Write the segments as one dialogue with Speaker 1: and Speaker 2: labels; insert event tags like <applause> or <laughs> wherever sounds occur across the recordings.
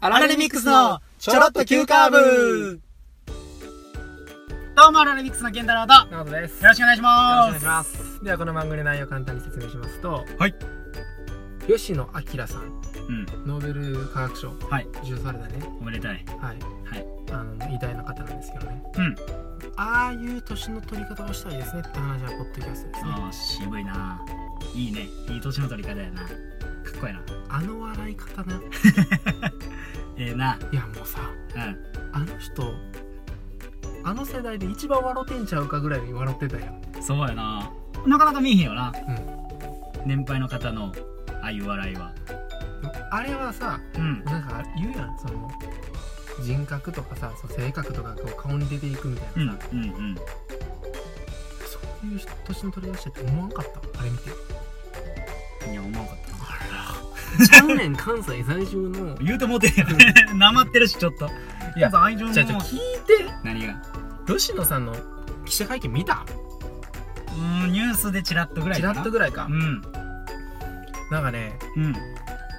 Speaker 1: アラレミックスのちょろっと急カーブどうもアラレミックスの健太郎とよ
Speaker 2: なことです。
Speaker 1: ろしくお願いします
Speaker 2: す。ではこの番組の内容を簡単に説明しますと、
Speaker 1: はい。
Speaker 2: 吉野明さん、
Speaker 1: うん
Speaker 2: ノーベル化学賞、
Speaker 1: はい
Speaker 2: 受賞されたね。
Speaker 1: おめでたい
Speaker 2: はい。
Speaker 1: はい。
Speaker 2: あの偉大な方なんですけどね。
Speaker 1: うん。
Speaker 2: ああいう年の取り方をしたいですねって話はポッドキャストですね。
Speaker 1: あー渋いないいねいい年の取り方やなかっこいいな
Speaker 2: あの笑い方ね。
Speaker 1: ええない
Speaker 2: やもうさ、
Speaker 1: うん
Speaker 2: あの人、あの世代で一番笑ってんちゃうかぐらいに笑ってたやん。
Speaker 1: そうやななかなか見えへんよな
Speaker 2: うん。
Speaker 1: 年配の方のああいう笑いは
Speaker 2: あれはさ、
Speaker 1: うん
Speaker 2: なんか言うやんその人格とかさそう性格とかこう顔に出ていくみたいなさ、
Speaker 1: うんうんうん
Speaker 2: そういう年の取り出しって思わんかったあれ見て
Speaker 1: いや思わんかったな
Speaker 2: ちゃうねん関西在住の
Speaker 1: 言うてもうてんよねなまってるしちょっといや愛情の
Speaker 2: じゃあじゃあ聞いて
Speaker 1: 何が
Speaker 2: 吉野さんの記者会見見た
Speaker 1: うーんニュースでチラッとぐらい
Speaker 2: ち
Speaker 1: からな
Speaker 2: っとぐらいか、
Speaker 1: うん
Speaker 2: なんかね
Speaker 1: うん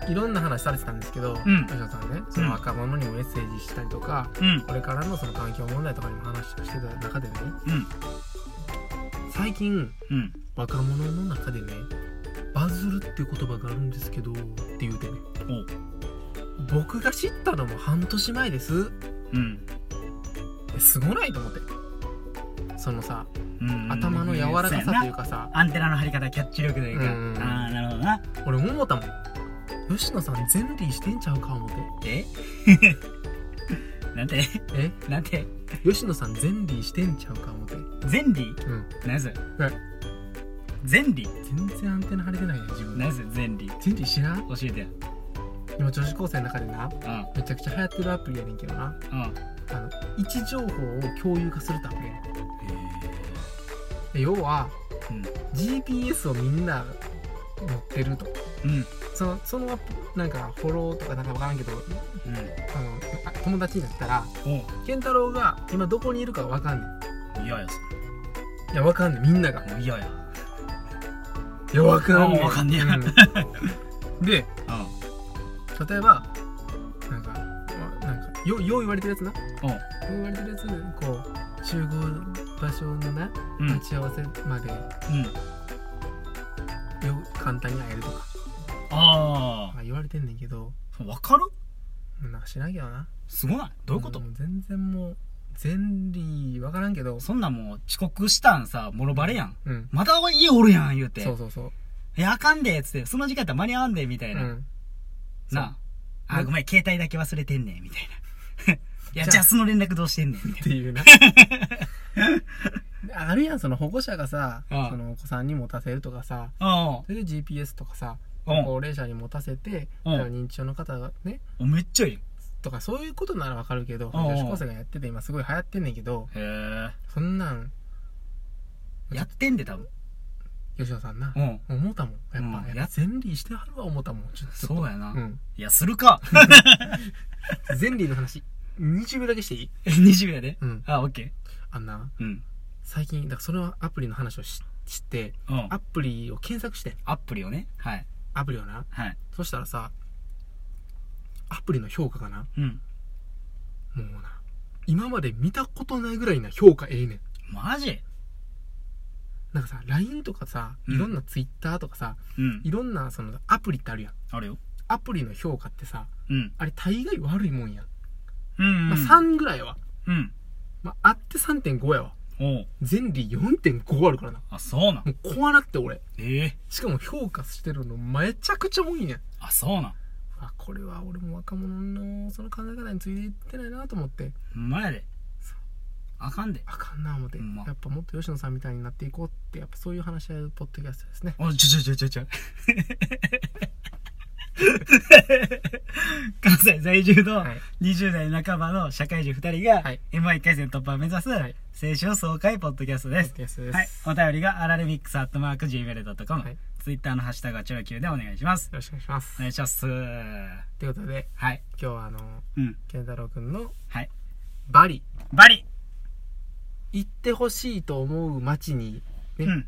Speaker 2: いろんな話されてたんですけど、
Speaker 1: うん
Speaker 2: 吉野さんねその若者にもメッセージしたりとか、
Speaker 1: うん
Speaker 2: これからのその環境問題とかにも話してた中でね
Speaker 1: うん
Speaker 2: 最近
Speaker 1: うん
Speaker 2: 若者の中でねバズるっていう言葉があるんですけどって言うてね僕が知ったのも半年前です
Speaker 1: うん
Speaker 2: えすごないと思ってそのさ
Speaker 1: うん
Speaker 2: 頭の柔らか
Speaker 1: そう
Speaker 2: さ
Speaker 1: や
Speaker 2: とい
Speaker 1: な
Speaker 2: うかさ
Speaker 1: アンテナの張り方キャッチ力というか
Speaker 2: うん
Speaker 1: ああなるほどな
Speaker 2: 俺思ったもん吉野さんゼンリーしてんちゃうか思って
Speaker 1: え <laughs> なんて
Speaker 2: え
Speaker 1: なんて
Speaker 2: 吉野さんゼンリーしてんちゃうか思ってうん
Speaker 1: ゼンリ何それ
Speaker 2: はい
Speaker 1: ゼンリ
Speaker 2: 全然アンテナ張れてないやん自分
Speaker 1: 何それゼンリ教
Speaker 2: ゼンリー知らん
Speaker 1: えてよ
Speaker 2: 今女子高生の中でな
Speaker 1: うん
Speaker 2: めちゃくちゃ流行ってるアプリやねんけどな
Speaker 1: うん
Speaker 2: あの位置情報を共有化するってアプリやねんで要は、
Speaker 1: うん
Speaker 2: GPS をみんな持ってると
Speaker 1: うん
Speaker 2: そのそのアプなんかフォローとかなんか分からんけどあのあ友達になったら
Speaker 1: うん
Speaker 2: 健太郎が今どこにいるか分かんね
Speaker 1: お嫌や
Speaker 2: んいや分かんねんみんなが
Speaker 1: それもう嫌や
Speaker 2: いや分かんねん
Speaker 1: あ分かんねや
Speaker 2: うんで
Speaker 1: う
Speaker 2: 例えばなんかまあなんかよよう言われてるやつなよ
Speaker 1: ん
Speaker 2: う言われてるやつこう集合場所のな
Speaker 1: うんうん
Speaker 2: 待ち合わせまでよ
Speaker 1: うん
Speaker 2: 簡単に会えるとか
Speaker 1: あ
Speaker 2: まあ言われてんねんけど
Speaker 1: あわかる
Speaker 2: なんか知らんけどな
Speaker 1: すごないどういうこと、
Speaker 2: ん全然もう全理分からんけど
Speaker 1: そんなんもう遅刻したんさもろバレやん
Speaker 2: うん
Speaker 1: また家おるやん言うて
Speaker 2: そうそうそう
Speaker 1: いやあかんでっつってその時間やったら間に合わんでみた
Speaker 2: う
Speaker 1: いな、
Speaker 2: ん
Speaker 1: なあ
Speaker 2: そう
Speaker 1: あごめん携帯だけ忘れてんねんみたい
Speaker 2: <laughs>
Speaker 1: ないや
Speaker 2: じ
Speaker 1: じゃ
Speaker 2: ゃあ
Speaker 1: あその連絡どうしてんねんみた
Speaker 2: っ
Speaker 1: い
Speaker 2: てい
Speaker 1: <laughs>
Speaker 2: うなあるやんその保護者がさ
Speaker 1: ああ
Speaker 2: そのお子さんに持たせるとかさ
Speaker 1: なうん
Speaker 2: それで GPS とかさ
Speaker 1: うん
Speaker 2: 高齢者に持たせて
Speaker 1: うん
Speaker 2: だから認知症の方がね
Speaker 1: おめっちゃいいへ
Speaker 2: とかそういうことならわかるけ
Speaker 1: う
Speaker 2: ど
Speaker 1: ん
Speaker 2: 女子高生がやってて今すごい流行ってんねんけど
Speaker 1: え
Speaker 2: そんなん
Speaker 1: やってんで多分
Speaker 2: 吉野さんな
Speaker 1: うん
Speaker 2: 思ったもんやっ
Speaker 1: うん
Speaker 2: ぱやっぱ全理してはるわ思ったもんちょっと
Speaker 1: そうやな、
Speaker 2: うん
Speaker 1: いやするか
Speaker 2: 全理の話20秒だけしていい
Speaker 1: <laughs> 20秒やで
Speaker 2: うん
Speaker 1: あオッケ
Speaker 2: あんな
Speaker 1: ーうん
Speaker 2: 最近だからそのアプリの話をし知って
Speaker 1: うん
Speaker 2: アプリを検索してん
Speaker 1: アプリをねはい
Speaker 2: アプリをな
Speaker 1: はい
Speaker 2: そしたらさ、アプリの評価がな、
Speaker 1: うん
Speaker 2: もうな、今まで見たことないぐらいな評価ええねん。
Speaker 1: マジ
Speaker 2: なんかさ、LINE とかさ、
Speaker 1: うん
Speaker 2: いろんな Twitter とかさ、
Speaker 1: うん
Speaker 2: いろんなそのアプリってあるやん。
Speaker 1: あるよ
Speaker 2: アプリの評価ってさ、
Speaker 1: うん
Speaker 2: あれ大概悪いもんやん。
Speaker 1: うん
Speaker 2: まあ、3ぐらいは。
Speaker 1: うん
Speaker 2: まあ、あって3.5やわ。
Speaker 1: おう
Speaker 2: 全理4.5あるからな。
Speaker 1: あそうなん
Speaker 2: もう怖なって俺。
Speaker 1: ええ
Speaker 2: しかも評価してるのめちゃくちゃ多いねん。
Speaker 1: あそうなん
Speaker 2: あ、これは俺も若者のその考え方についていってないなと思って。
Speaker 1: ほんまやであかんで
Speaker 2: あかんな思って、
Speaker 1: うんま
Speaker 2: やっぱもっと吉野さんみたいになっていこうってやっぱそういう話し合うポッドキャストですね
Speaker 1: おちょちょちょちょちょ <laughs> 関西在住の
Speaker 2: はい
Speaker 1: 20代半ばの社会人2人が
Speaker 2: はい
Speaker 1: M1 回戦突破を目指す青
Speaker 2: い
Speaker 1: 春爽快ポッドキャストで
Speaker 2: ポッ
Speaker 1: す
Speaker 2: ド、キャストです、
Speaker 1: はい、お便りがアラレミックスアットマーク Gmail.com、
Speaker 2: はい
Speaker 1: ツイッターのハッシュタグはチョロ Q でお願いします
Speaker 2: よろしくお願いしま
Speaker 1: お
Speaker 2: す
Speaker 1: 願いします
Speaker 2: ということで
Speaker 1: はい
Speaker 2: 今日はあの
Speaker 1: うん
Speaker 2: 健太郎くんの
Speaker 1: はい
Speaker 2: バリ
Speaker 1: バリ
Speaker 2: 行ってほしいと思う街にね、
Speaker 1: うん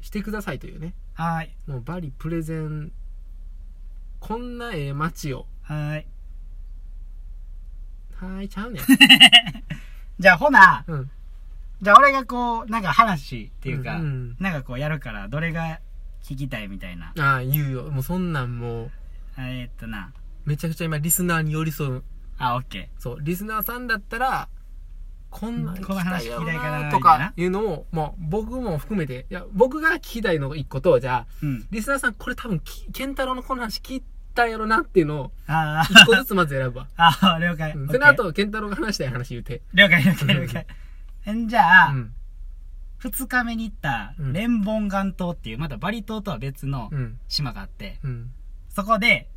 Speaker 2: してくださいというね
Speaker 1: はーい
Speaker 2: もうバリプレゼンこんなええ街を
Speaker 1: はーい
Speaker 2: はーい、ち
Speaker 1: <laughs>
Speaker 2: ゃうねん。
Speaker 1: じゃあほな、
Speaker 2: うん。っ
Speaker 1: じゃあ俺がこう、なんか話って
Speaker 2: て
Speaker 1: いうか、
Speaker 2: ん。
Speaker 1: なんかこうやるから、どれが聞きたいみたいな。
Speaker 2: ああ、言うよ。もうそんなんもう、
Speaker 1: えー、っとな、
Speaker 2: めちゃくちゃ今リスナーに寄り添う。
Speaker 1: あ、オッケ
Speaker 2: そう、リスナーさんだったら、こんなん
Speaker 1: この話聞きたいかな
Speaker 2: とかいうのを、もう僕も含めて、いや、僕が聞きたいのが一個と、じゃあ、
Speaker 1: ー。うん。
Speaker 2: リスナーさんこれ多分き、ケンタロウのこの話聞いたやろなっていうのを、
Speaker 1: あ
Speaker 2: 一個
Speaker 1: ー、 <laughs>
Speaker 2: ずつまず選ぶわ。
Speaker 1: あー、了解。
Speaker 2: うん
Speaker 1: <laughs> オッケ
Speaker 2: そ
Speaker 1: ー
Speaker 2: の後、ケンタロウが話したい話言うて。
Speaker 1: 了解、了解、了解。えじゃ
Speaker 2: う
Speaker 1: あ、
Speaker 2: ん。
Speaker 1: 二日目に行った、
Speaker 2: うん
Speaker 1: レンボンガン島っていう、またバリ島とは別の
Speaker 2: うん。
Speaker 1: 島があって、
Speaker 2: うん。
Speaker 1: そこで、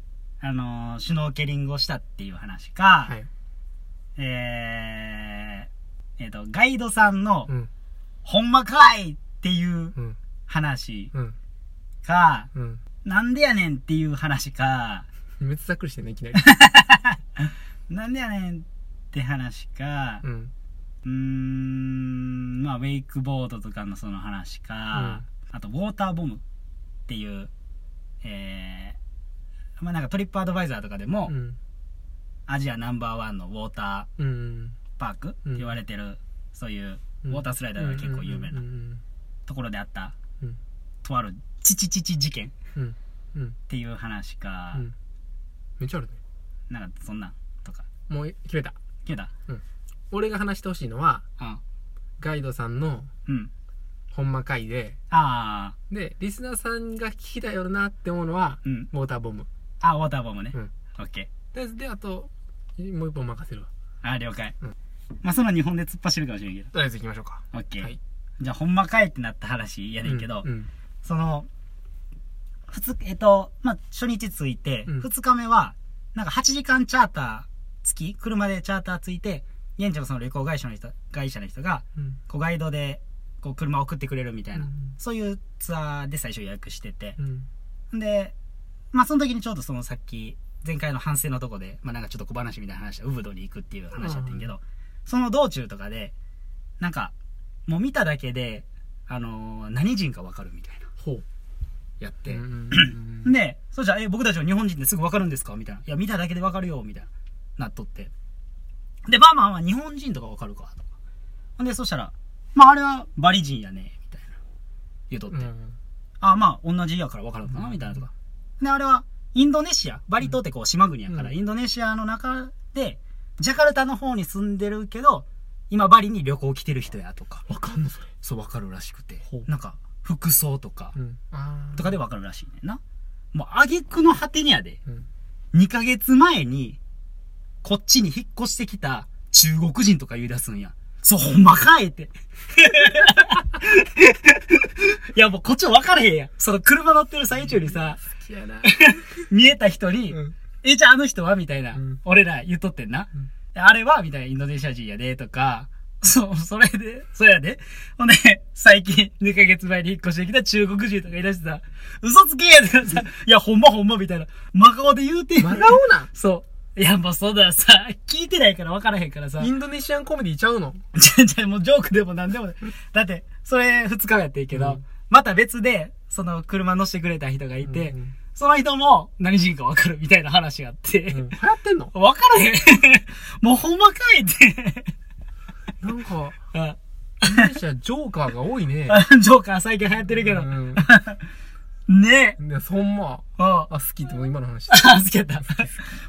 Speaker 1: あのーシュノーケリングをしたっていう話か、
Speaker 2: はい。
Speaker 1: えー、えっ、と、ガイドさんの、
Speaker 2: うん。
Speaker 1: ほんまかいっていう
Speaker 2: うん。
Speaker 1: 話
Speaker 2: うん。
Speaker 1: か、
Speaker 2: うん。
Speaker 1: なんでやねんっていう話か、
Speaker 2: めっちゃざっくりしてんね、いき
Speaker 1: <laughs>
Speaker 2: なり。
Speaker 1: なんでやねんって話か、
Speaker 2: うん。
Speaker 1: うーん、まあ、ウェイクボードとかのその話か、あと、ウォーターボムっていう、えー、まあなんかトリップアドバイザーとかでも、
Speaker 2: うん。
Speaker 1: アジアナンバーワンのウォータ
Speaker 2: うん。
Speaker 1: ーパークって言われてる、そういう
Speaker 2: うん
Speaker 1: ウォータースライダーが結構有名な
Speaker 2: うん
Speaker 1: ところであった、
Speaker 2: うん
Speaker 1: とあるチチチチ事件っ
Speaker 2: うんうんうん
Speaker 1: ていう話か、
Speaker 2: うんめっちゃあるね
Speaker 1: なんかそんなんとか。
Speaker 2: もう決めた
Speaker 1: 聞いた
Speaker 2: 俺が話してほしいのは
Speaker 1: あ
Speaker 2: ガイドさんの
Speaker 1: うん。
Speaker 2: ほんま回で
Speaker 1: ああ、
Speaker 2: でリスナーさんが聞きたいよなって思うのは
Speaker 1: うん。
Speaker 2: ウォーターボム
Speaker 1: あ、ウォーターボムね。
Speaker 2: うん
Speaker 1: オッケー。
Speaker 2: でであともう一本任せるわ
Speaker 1: あー了解。
Speaker 2: うん
Speaker 1: まあ、その日本で突っ走るかもしれんけど。
Speaker 2: とりあえず行きましょうか
Speaker 1: オッケー。
Speaker 2: はい
Speaker 1: じゃあ、ほんまかえってなった話やねんけど、
Speaker 2: うんうん
Speaker 1: その、普通、えっと、まあ、初日着いて、
Speaker 2: うん
Speaker 1: 2日目は、なんか8時間チャーター付き、車でチャーターついて、現地のその旅行会社の人、会社の人が、
Speaker 2: うん
Speaker 1: こうガイドで、こう車送ってくれるみたいな、
Speaker 2: うん
Speaker 1: そういうツアーで最初予約してて、
Speaker 2: うん
Speaker 1: で、まあその時にちょうどそのさっき、前回の反省のとこで、まあなんかちょっと小話みたいな話で、ウブドに行くっていう話だったんやけど、その道中とかで、なんか、もう見ただけで、あのー何人かわかるみたいな、
Speaker 2: ほう
Speaker 1: やって。
Speaker 2: うんうんうん
Speaker 1: で、そしたら、え、僕たちは日本人ですぐわかるんですかみたいな。いや、見ただけでわかるよ、みたいな。なっとって。で、まあまあまあ、日本人とかわかるか、とか。ほんで、そしたら、まああれはバリ人やね、みたいな。言うとって。
Speaker 2: うん
Speaker 1: あ、まあ、同じやから分かるかな、
Speaker 2: うん
Speaker 1: みたいなとか。で、あれは、インドネシア、バリ島ってこう島国やから、
Speaker 2: うん
Speaker 1: インドネシアの中で、ジャカルタの方に住んでるけど、今バリに旅行来てる人やとか、
Speaker 2: わかんのそれ
Speaker 1: そう分かるらしくて
Speaker 2: ほ、う
Speaker 1: なんか、服装とか、
Speaker 2: うんあー
Speaker 1: とかで分かるらしいねんな。もう、挙句の果てにやで、
Speaker 2: うん
Speaker 1: 2ヶ月前に、こっちに引っ越してきた中国人とか言い出すんや。そう、ほんまかいって。 <laughs> いや、もうこっちは分からへんやん。その車乗ってる最中にさ、
Speaker 2: 好きやな
Speaker 1: 見えた人に、
Speaker 2: うん
Speaker 1: え、じゃああの人はみたいな、
Speaker 2: うん
Speaker 1: 俺ら言っとってんな。
Speaker 2: うん
Speaker 1: あれはみたいな、インドネシア人やで、とか、そう、それで、それやで。ほんで、最近、2ヶ月前に引っ越してきた中国人とかいらしてさ、嘘つけやとかさ、いや、ほんまほんまみたいな、真顔で言うてんや
Speaker 2: 真顔なん
Speaker 1: そう。いや、もうそうだよさ、聞いてないから分からへんからさ。
Speaker 2: インドネシアンコメディちゃうの
Speaker 1: じゃ、じゃ、もうジョークでも何でもない。だって、それ二日目やってんけど、
Speaker 2: うん
Speaker 1: また別で、その車乗せてくれた人がいて、
Speaker 2: うんうん
Speaker 1: その人も何人か分かるみたいな話があって、
Speaker 2: うん流行ってんの
Speaker 1: 分からへん。 <laughs> もうほんまかいって。 <laughs>
Speaker 2: なんか、
Speaker 1: あ <laughs>
Speaker 2: インドネシアジョーカーが多いね。
Speaker 1: ジョーカー最近流行ってるけど。
Speaker 2: うん
Speaker 1: ねえ。
Speaker 2: いや、そんま、
Speaker 1: あ、
Speaker 2: あ、好きってもう今の話。
Speaker 1: あ、つけた。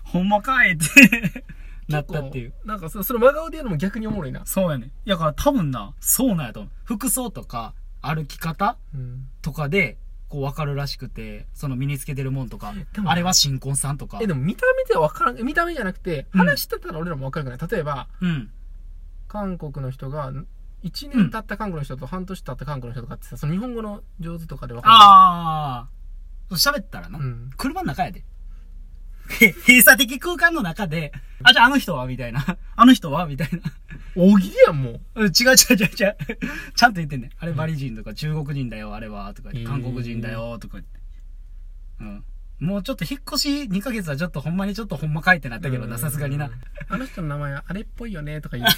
Speaker 1: ほんまかいって。 <laughs> なったっていう。
Speaker 2: 結構。なんかそ、それ真顔でやるのも逆におもろいな。
Speaker 1: そうやね。いやだから多分な、そうなんやと思う。服装とか、歩き方
Speaker 2: うん。
Speaker 1: とかで、こう分かるらしくて、その身につけてるもんとか
Speaker 2: で、も
Speaker 1: あれは新婚さんとか
Speaker 2: え、。でも見た目ではわからん、見た目じゃなくて、
Speaker 1: うん
Speaker 2: 話してたら俺らもわかるくない例えば、
Speaker 1: うん。
Speaker 2: 韓国の人が、1
Speaker 1: うん
Speaker 2: 年経った韓国の人と半年経った韓国の人とかってさ、その日本語の上手とかでわか
Speaker 1: ああ。喋ったらな
Speaker 2: る。う。ん。
Speaker 1: 車の中やで。へ閉鎖的空間の中で、あ、じゃああの人はみたいな。 <laughs> あの人はみたいな。
Speaker 2: 大喜利やん、も
Speaker 1: う
Speaker 2: う。
Speaker 1: ん違う違う違う違う。ちゃんと言ってんねん。あれバリ人とか中国人だよ、あれは、とか言って、
Speaker 2: へー
Speaker 1: 韓国人だよ、とか言って。うん。もうちょっと引っ越し2ヶ月はちょっとほんまにちょっとほんまかいってなったけどな、さすがにな
Speaker 2: うん。。あの人の名前はあれっぽいよね、と
Speaker 1: <laughs>
Speaker 2: か言う。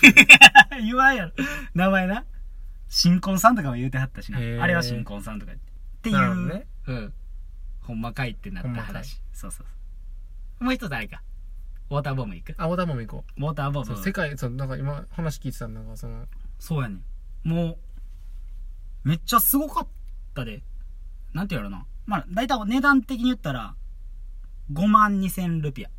Speaker 1: 言わんやろ。 <laughs> 名前な。新婚さんとかも言うてはったしな。
Speaker 2: へー
Speaker 1: あれは新婚さんとか言って。ってい
Speaker 2: なるほ
Speaker 1: う。
Speaker 2: どね。
Speaker 1: うん。ほんまかいってなった
Speaker 2: ほんまかい
Speaker 1: 話。そうそうそう。もう一つあれか。ウォーターボム行く
Speaker 2: あ、オタボム行こ
Speaker 1: ウォーターボ
Speaker 2: う。そ
Speaker 1: ム
Speaker 2: う世界、そう、なんか今話聞いてたのなんかその、
Speaker 1: そうやねんもうめっちゃすごかったでなんて言うやろなまあ大体値段的に言ったら5万2000ルピア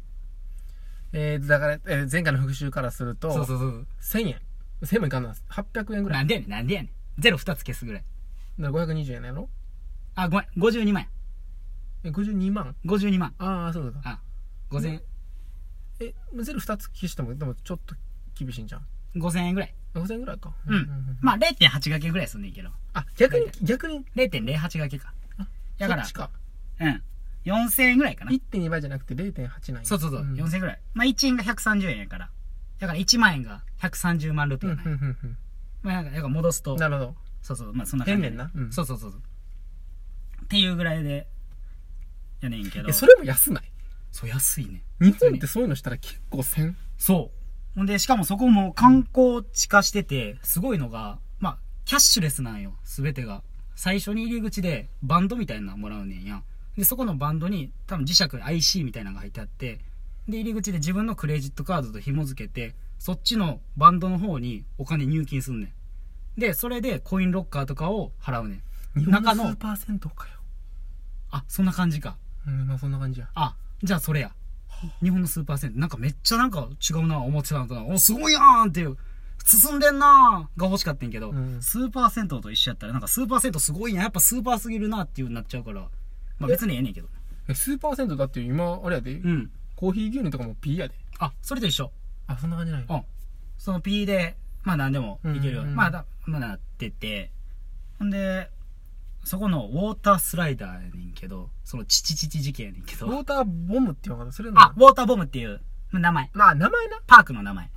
Speaker 2: えー、だから、えー前回の復習からすると、
Speaker 1: そうそう
Speaker 2: 1000円。1000もいかんな。800円ぐら。
Speaker 1: ないんでやねんなんでやねんゼロ2つ消すぐらい
Speaker 2: だから520円やろ
Speaker 1: あごめん52万や
Speaker 2: え、52万
Speaker 1: 52万
Speaker 2: ああ、そうだ。
Speaker 1: あ5000、
Speaker 2: え、もうゼロ2つ消しても、でもちょっと厳しいんじゃん。
Speaker 1: 5000円ぐらい
Speaker 2: 5000円ぐらいか。
Speaker 1: うん、まあ0.8掛けぐらいすんねんけど
Speaker 2: あ、逆に
Speaker 1: 大、
Speaker 2: 逆に、
Speaker 1: 0.08掛けかだから
Speaker 2: そっちか。
Speaker 1: うん4000円ぐらいかな
Speaker 2: 1.2倍じゃなくて0.8なんや。
Speaker 1: そうそうそう、
Speaker 2: ん
Speaker 1: 4000円ぐらいまあ1円が130円やからだから1万円が130万ルピ
Speaker 2: う
Speaker 1: ア
Speaker 2: んう
Speaker 1: なんんや、
Speaker 2: うん
Speaker 1: まあなんかなんか戻す
Speaker 2: う
Speaker 1: と
Speaker 2: ん。なるほど。
Speaker 1: そうそう、まあそんな感じ。
Speaker 2: 変ねんなうん
Speaker 1: そうそうそうそう。っていうぐらいで、やねんけど。
Speaker 2: え、それも安ない
Speaker 1: そう、安いね。
Speaker 2: 日本ってそういうのしたら結構1000。
Speaker 1: そう。ほんで、しかもそこも観光地化してて、すごいのが、まあ、キャッシュレスなんよ、すべてが。最初に入り口でバンドみたいなのもらうねんや。で、そこのバンドに多分磁石 IC みたいなのが入ってあって、で、入り口で自分のクレジットカードと紐付けて、そっちのバンドの方にお金入金すんねん。で、それでコインロッカーとかを払うねん。
Speaker 2: 日本
Speaker 1: 中
Speaker 2: の
Speaker 1: の
Speaker 2: 数パーセントかよ。
Speaker 1: あ、そんな感じか。
Speaker 2: うん、まあそんな感じや。
Speaker 1: あ、じゃあそれや。日本のスーパーセント。なんかめっちゃなんか違うな、思ってたのとな。お、すごいやんっていう。進んでんなーが欲しかったんやけど、
Speaker 2: うん
Speaker 1: スーパーセントと一緒やったら、なんかスーパーセントすごいな、やっぱスーパーすぎるなっていうになっちゃうから、まあ別にええねんけど。
Speaker 2: え、数パーセントだって今、あれやで、
Speaker 1: うん。
Speaker 2: コーヒー牛乳とかも P やで。
Speaker 1: あ、それと一緒。
Speaker 2: あ、そんな感じない。
Speaker 1: うん。その P で、まあ何でもいけるように、
Speaker 2: うんうんうん
Speaker 1: まあだ、まあなってて。ほんで、そこのウォータースライダーやねんけど、そのチチチチ事件やねんけ
Speaker 2: ウォ
Speaker 1: ど、
Speaker 2: ーターボムっていうのかなそれの。
Speaker 1: あ、ウォーターボムっていう名前。
Speaker 2: まあ名前な。
Speaker 1: パークの名前。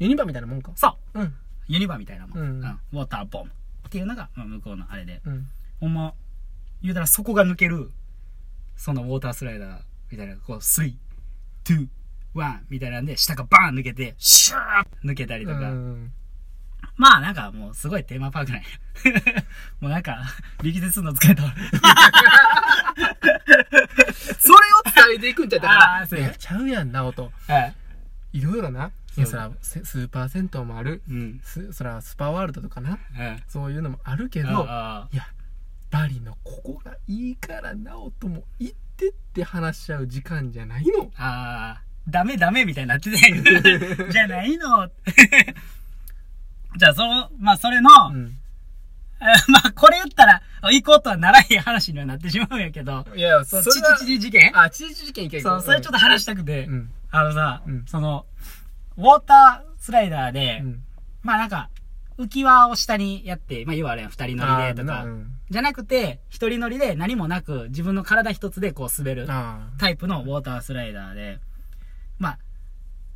Speaker 2: ユニバみたいなもんか。
Speaker 1: そう
Speaker 2: うん。
Speaker 1: ユニバみたいなもん、
Speaker 2: う
Speaker 1: うんんウォーターボムっていうのが、まあ、向こうのあれで
Speaker 2: うん。
Speaker 1: ほんま言うたらそこが抜けるそのウォータースライダーみたいなこう321みたいなんで下がバーン抜けてシューッ抜けたりとか、
Speaker 2: うん
Speaker 1: まあなんかもうすごいテーマパークなんや <laughs> もうなんか力説するの疲
Speaker 2: <laughs>
Speaker 1: れた <laughs> それを
Speaker 2: 伝えていくんじゃだか
Speaker 1: あーそ
Speaker 2: ら。
Speaker 1: うや
Speaker 2: いやちゃうやんな、おと。
Speaker 1: はい、
Speaker 2: いろいろな。いや、そ
Speaker 1: そう
Speaker 2: ら、せスーパー銭湯もある。
Speaker 1: うん
Speaker 2: す、そら、スパワールドとかな。
Speaker 1: うん
Speaker 2: そういうのもあるけど、
Speaker 1: あ
Speaker 2: いや、バリのここがいいから、なおとも行ってって話し合う時間じゃないの。
Speaker 1: ーあーダメダメみたいになって
Speaker 2: <laughs>
Speaker 1: たんやじゃないの <laughs> じゃあそのまあそれの、
Speaker 2: うん。
Speaker 1: あまあ、これ言ったら、あ行こうとはならへん話にはなってしまうんやけど、
Speaker 2: いや、
Speaker 1: そ
Speaker 2: そ
Speaker 1: の
Speaker 2: それは
Speaker 1: チチチ事件
Speaker 2: あ、チーチ事件いけ
Speaker 1: そう、それちょっと話したくて、
Speaker 2: うん。
Speaker 1: あのさ、
Speaker 2: うん
Speaker 1: その、ウォータースライダー
Speaker 2: う
Speaker 1: で、
Speaker 2: ん。
Speaker 1: まあなんか、浮き輪を下にやって、まあ要はあれや二人乗りでと
Speaker 2: あー
Speaker 1: か
Speaker 2: う、ん
Speaker 1: じゃなくて、一人乗りで何もなく自分の体一つでこう滑る
Speaker 2: あ
Speaker 1: タイプのウォータースライダーで、ま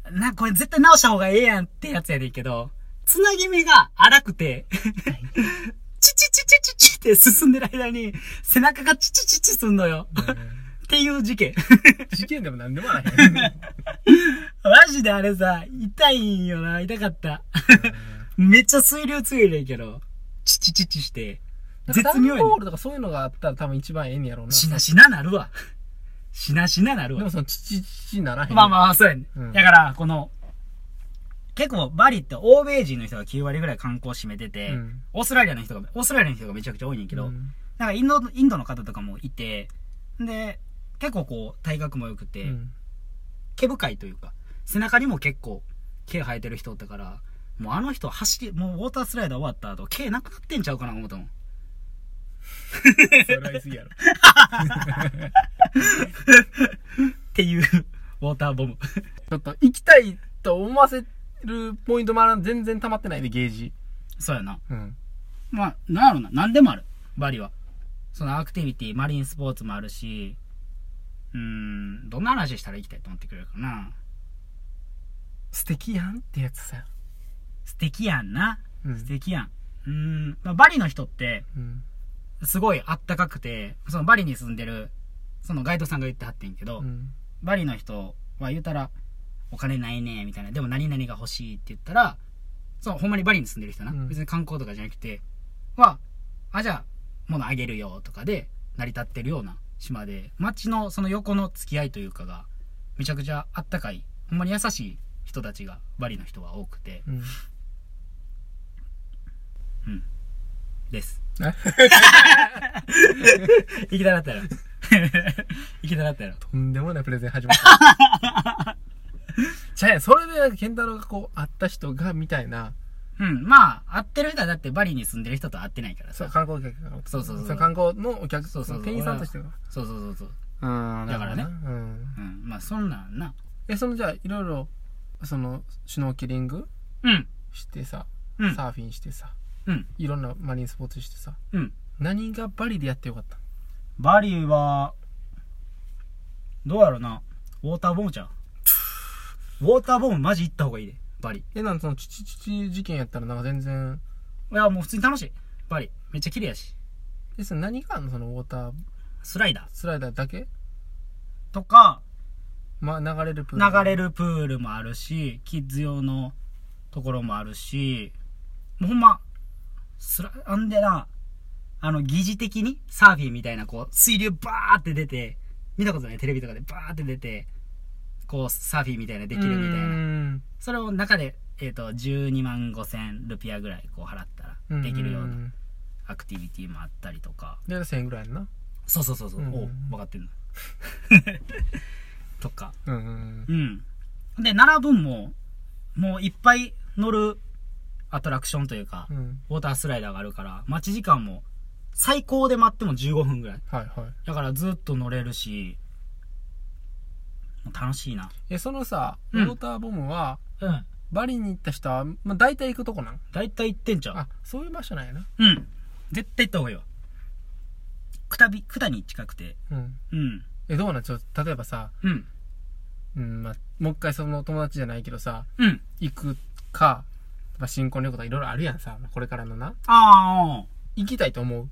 Speaker 1: あ、な、これ絶対直した方がええやんってやつやねんけど、つなぎ目が荒くて、チチチチチチって進んでる間に、背中がチチチチすんのよ。
Speaker 2: ー。
Speaker 1: っ
Speaker 2: うん
Speaker 1: ていう事件。
Speaker 2: 事件でもなんでもない。 <laughs> う
Speaker 1: マジであれさ、痛いんよな、痛かった。めっちゃ水流強いねんけど、チチチチして、
Speaker 2: ん
Speaker 1: 絶妙
Speaker 2: ダン
Speaker 1: やね
Speaker 2: ボー
Speaker 1: ん。
Speaker 2: ルとかそういうのがあったら多分一番ええんやろうな。
Speaker 1: しなしななるわ。しなしななる
Speaker 2: で
Speaker 1: わ
Speaker 2: も。その、チチチチならへん。
Speaker 1: まあまあ、そうやね。
Speaker 2: うん
Speaker 1: だから、この、結構バリって欧米人の人が9割ぐらい観光占めてて、
Speaker 2: うん
Speaker 1: オーストラリアの人が、オーストラリアの人がめちゃくちゃ多いねんけど、
Speaker 2: うん
Speaker 1: なんかインド、インドの方とかもいて、で、結構こう、体格も良くて、
Speaker 2: うん
Speaker 1: 毛深いというか、背中にも結構毛生えてる人おったから、もうあの人走り、もうウォータースライダー終わった後、毛なくなってんちゃうかな思ったもん。
Speaker 2: それは言い過ぎやろ。
Speaker 1: っていう、ウォーターボム。 <laughs>
Speaker 2: ちょっと、行きたいと思わせるポイントもあら全然溜まってないで、ゲージ。
Speaker 1: そうやな。
Speaker 2: うん。
Speaker 1: まあ、なんやろな、なんでもある。バリは。そのアクティビティ、マリンスポーツもあるし、うーん、どんな話したら行きたいと思ってくれるかな。
Speaker 2: 素敵やんってやつさ。
Speaker 1: 素敵やんな。
Speaker 2: うん
Speaker 1: 素敵やん。うーん、まあ、バリの人って、
Speaker 2: うん。
Speaker 1: すごいあったかくて、そのバリに住んでる、そのガイドさんが言ってはってんけど、
Speaker 2: うん。
Speaker 1: バリの人は言うたら、お金ないね、みたいな。でも何々が欲しいって言ったら、そう、ほんまにバリに住んでる人な。
Speaker 2: うん
Speaker 1: 別に観光とかじゃなくて、は、あ、じゃあ、物あげるよ、とかで、成り立ってるような島で、街のその横の付き合いというかが、めちゃくちゃあったかいほんまに優しい人たちがバリの人は多くて
Speaker 2: うん
Speaker 1: です
Speaker 2: え
Speaker 1: 行きたなったやろ行きたなったやろ
Speaker 2: <laughs> とんでもないプレゼン始まった。 <laughs> じゃあ、それでなんか健太郎がこう、会った人が、みたいな、
Speaker 1: うんまあ会ってる人はだってバリに住んでる人と会ってないから
Speaker 2: そう、
Speaker 1: さ
Speaker 2: 観光客が、
Speaker 1: そうそうそう
Speaker 2: 観光のお客、
Speaker 1: そうそうそう
Speaker 2: 店員さんとしてが。
Speaker 1: そうそうそうそう
Speaker 2: うん
Speaker 1: だからね
Speaker 2: なるほどなうん。
Speaker 1: うんまあそんなんな
Speaker 2: え、その、じゃあ、いろいろ、その、シュノーケリング
Speaker 1: うん
Speaker 2: してさ、
Speaker 1: うん
Speaker 2: サーフィンしてさ、
Speaker 1: うん
Speaker 2: いろんなマリンスポーツしてさ、
Speaker 1: うん
Speaker 2: 何がバリでやってよかった
Speaker 1: バリーは、どうやろな。ウォーターボムちゃん。ウォーターボムマジ行った方がいいで、バリ。い
Speaker 2: え、なんかその、チチチチ事件やったら、なんか全然、
Speaker 1: や、もう普通に楽しい。バリ。めっちゃ綺麗やし。
Speaker 2: え、その何があんのその、ウォーター
Speaker 1: スライダ
Speaker 2: スライダーだけ
Speaker 1: ーとか、
Speaker 2: まあ、流れるプ
Speaker 1: 流
Speaker 2: ール。
Speaker 1: れるプールもあるし、キッズ用のところもあるし、もうほんま、スラ、あんでな、あの、疑似的にサーフィンみたいな、こう、水流バーって出て、見たことないテレビとかでバーって出て、こう、サーフィンみたいなできるみたいな
Speaker 2: う。ん
Speaker 1: それを中で、えー、と12万5千ルピアぐらいこう払ったらできるようなんアクティビティもあったりとか、
Speaker 2: で1000円ぐらいやんな
Speaker 1: そうそうそうそう、
Speaker 2: うん
Speaker 1: お分かって
Speaker 2: <laughs>
Speaker 1: んの <laughs> とか
Speaker 2: うんうん
Speaker 1: うんで7分ももういっぱい乗るアトラクションというか、
Speaker 2: うんうん
Speaker 1: ウォータースライダーがあるから待ち時間も最高で待っても15分ぐらい
Speaker 2: はいはい
Speaker 1: だからずっと乗れるしもう楽しいな
Speaker 2: えそのさウ
Speaker 1: うん
Speaker 2: ォーターボムは、
Speaker 1: うん
Speaker 2: バリに行った人は、まあ、大体行くとこなん
Speaker 1: 大体行ってんじゃん
Speaker 2: あそういう場所なんやな
Speaker 1: うん。絶対行った方がいいわ。くたび、くたに近くて。
Speaker 2: うん
Speaker 1: うん。
Speaker 2: えどうなんちょ例えばさ、
Speaker 1: うん。
Speaker 2: うんまあ、もう一回その友達じゃないけどさ
Speaker 1: うん。
Speaker 2: 行くか、まあ、新婚旅行とかいろいろあるやんさこれからのな
Speaker 1: ああ、
Speaker 2: 行きたいと思う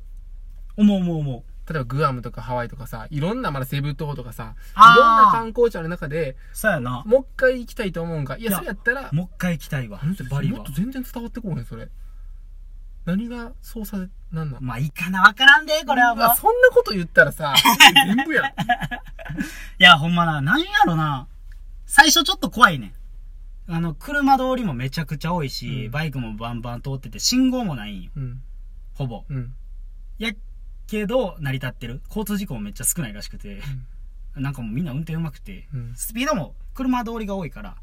Speaker 1: 思う思う思う。
Speaker 2: 例えばグアムとかハワイとかさいろんなまだセブ島とかさい
Speaker 1: あー
Speaker 2: ろんな観光地ある中で
Speaker 1: そうやな。
Speaker 2: もう一回行きたいと思うんかいや
Speaker 1: いや
Speaker 2: それやったら
Speaker 1: もう一回行きたいわ
Speaker 2: あの人。
Speaker 1: バリ
Speaker 2: もっ
Speaker 1: は
Speaker 2: と。全然伝わってこへんそれ何がそうさせなんなん
Speaker 1: まあ、いいかな。わからんで、これはもう。
Speaker 2: あそんなこと言ったらさ全部やん
Speaker 1: い
Speaker 2: <laughs>
Speaker 1: や、ほんまな。なんやろな。最初ちょっと怖いねん。あの、車通りもめちゃくちゃ多いし、
Speaker 2: うん
Speaker 1: バイクもバンバン通ってて、信号もないんよ。
Speaker 2: うん
Speaker 1: ほぼ。
Speaker 2: うん
Speaker 1: やけど、成り立ってる。交通事故もめっちゃ少ないらしくて。なんかもうみんな運転うまくて。
Speaker 2: うん
Speaker 1: スピードも車通りが多いから、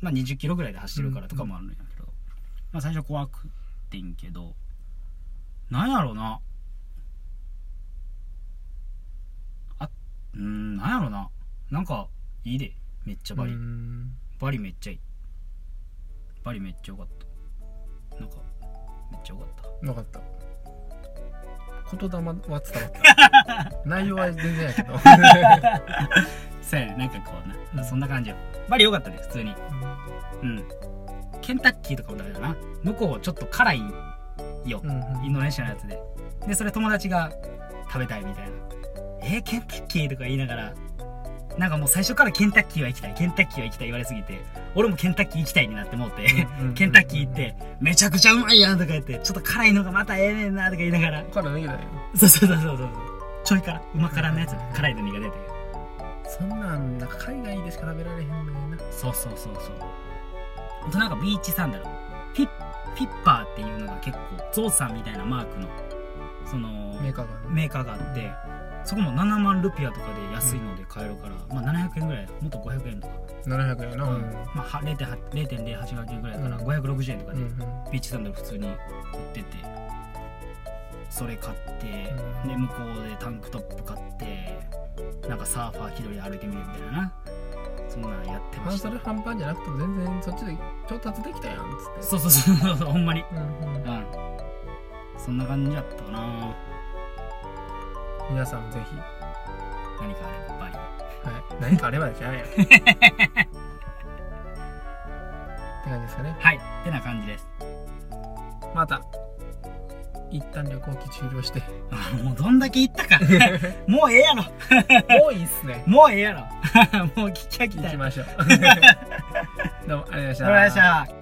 Speaker 1: まあ、20キロぐらいで走るからとかもあるんやけど、まあ、最初怖くてんけどなんやろなあうーんなんやろななんかいいでめっちゃバリ、
Speaker 2: うん
Speaker 1: バリめっちゃいいバリめっちゃよかったなんかめっちゃよかった
Speaker 2: 分かった言霊は伝わった <laughs> 内容は全然やけ <laughs> ど
Speaker 1: そうやねなんかこうなそんな感じよバリよかったね普通にうんケンタッキーとかもダメだな向こうちょっと辛いよ、
Speaker 2: うんうん
Speaker 1: インドネシアのやつででそれ友達が食べたいみたいな「えー、ケンタッキー?」とか言いながらなんかもう最初からケンタッキーは行きたいケンタッキーは行きたい言われすぎて俺もケンタッキー行きたいになってもうて
Speaker 2: うんうん
Speaker 1: ケンタッキー行って「めちゃくちゃうまいやん」とか言って「ちょっと辛いのがまたええねんな」とか言いながら
Speaker 2: から逃げたよ
Speaker 1: そうそうそうそうそうちょい辛うま辛のやつ辛いの苦手で
Speaker 2: そんなんなんか海外でしか食べられへんのよな
Speaker 1: そうそうそうそうあとなんかビーチサンダルピッピッパーっていうのが結構ゾウさんみたいなマークのその
Speaker 2: メーカーがね
Speaker 1: メーカーがあってそこも7万ルピアとかで安いので買えるから、まあ、700円ぐらいもっと500円とか、
Speaker 2: 700円なうん
Speaker 1: まあ、は0.8 0.08円ぐらいだから
Speaker 2: うん
Speaker 1: 560円とか
Speaker 2: う
Speaker 1: で
Speaker 2: んうん
Speaker 1: ビーチサンダル普通に売っててそれ買って、
Speaker 2: うん
Speaker 1: で向こうでタンクトップ買ってなんかサーファー気取りで歩いてみるみたいななそんなんやってま
Speaker 2: 半
Speaker 1: した
Speaker 2: 袖半パンじゃなくても全然そっちで調達できたやんっつって
Speaker 1: そうそうそうそうほんまに
Speaker 2: うんうん
Speaker 1: うんそんな感じだったかな
Speaker 2: 皆さんもぜひ
Speaker 1: 何かあればバリ
Speaker 2: はい、 <laughs> 何かあればじゃないって感じですかね
Speaker 1: はいってな感じです
Speaker 2: また一旦旅行期終了 <laughs> して
Speaker 1: あ <laughs> もうどんだけ行ったかもうええやろ
Speaker 2: 多いっすね
Speaker 1: <laughs> もうええやろもう聞き飽き
Speaker 2: <laughs> 行
Speaker 1: た
Speaker 2: き
Speaker 1: よ。
Speaker 2: <laughs> ましょうどうもありがとうございました
Speaker 1: お願いします。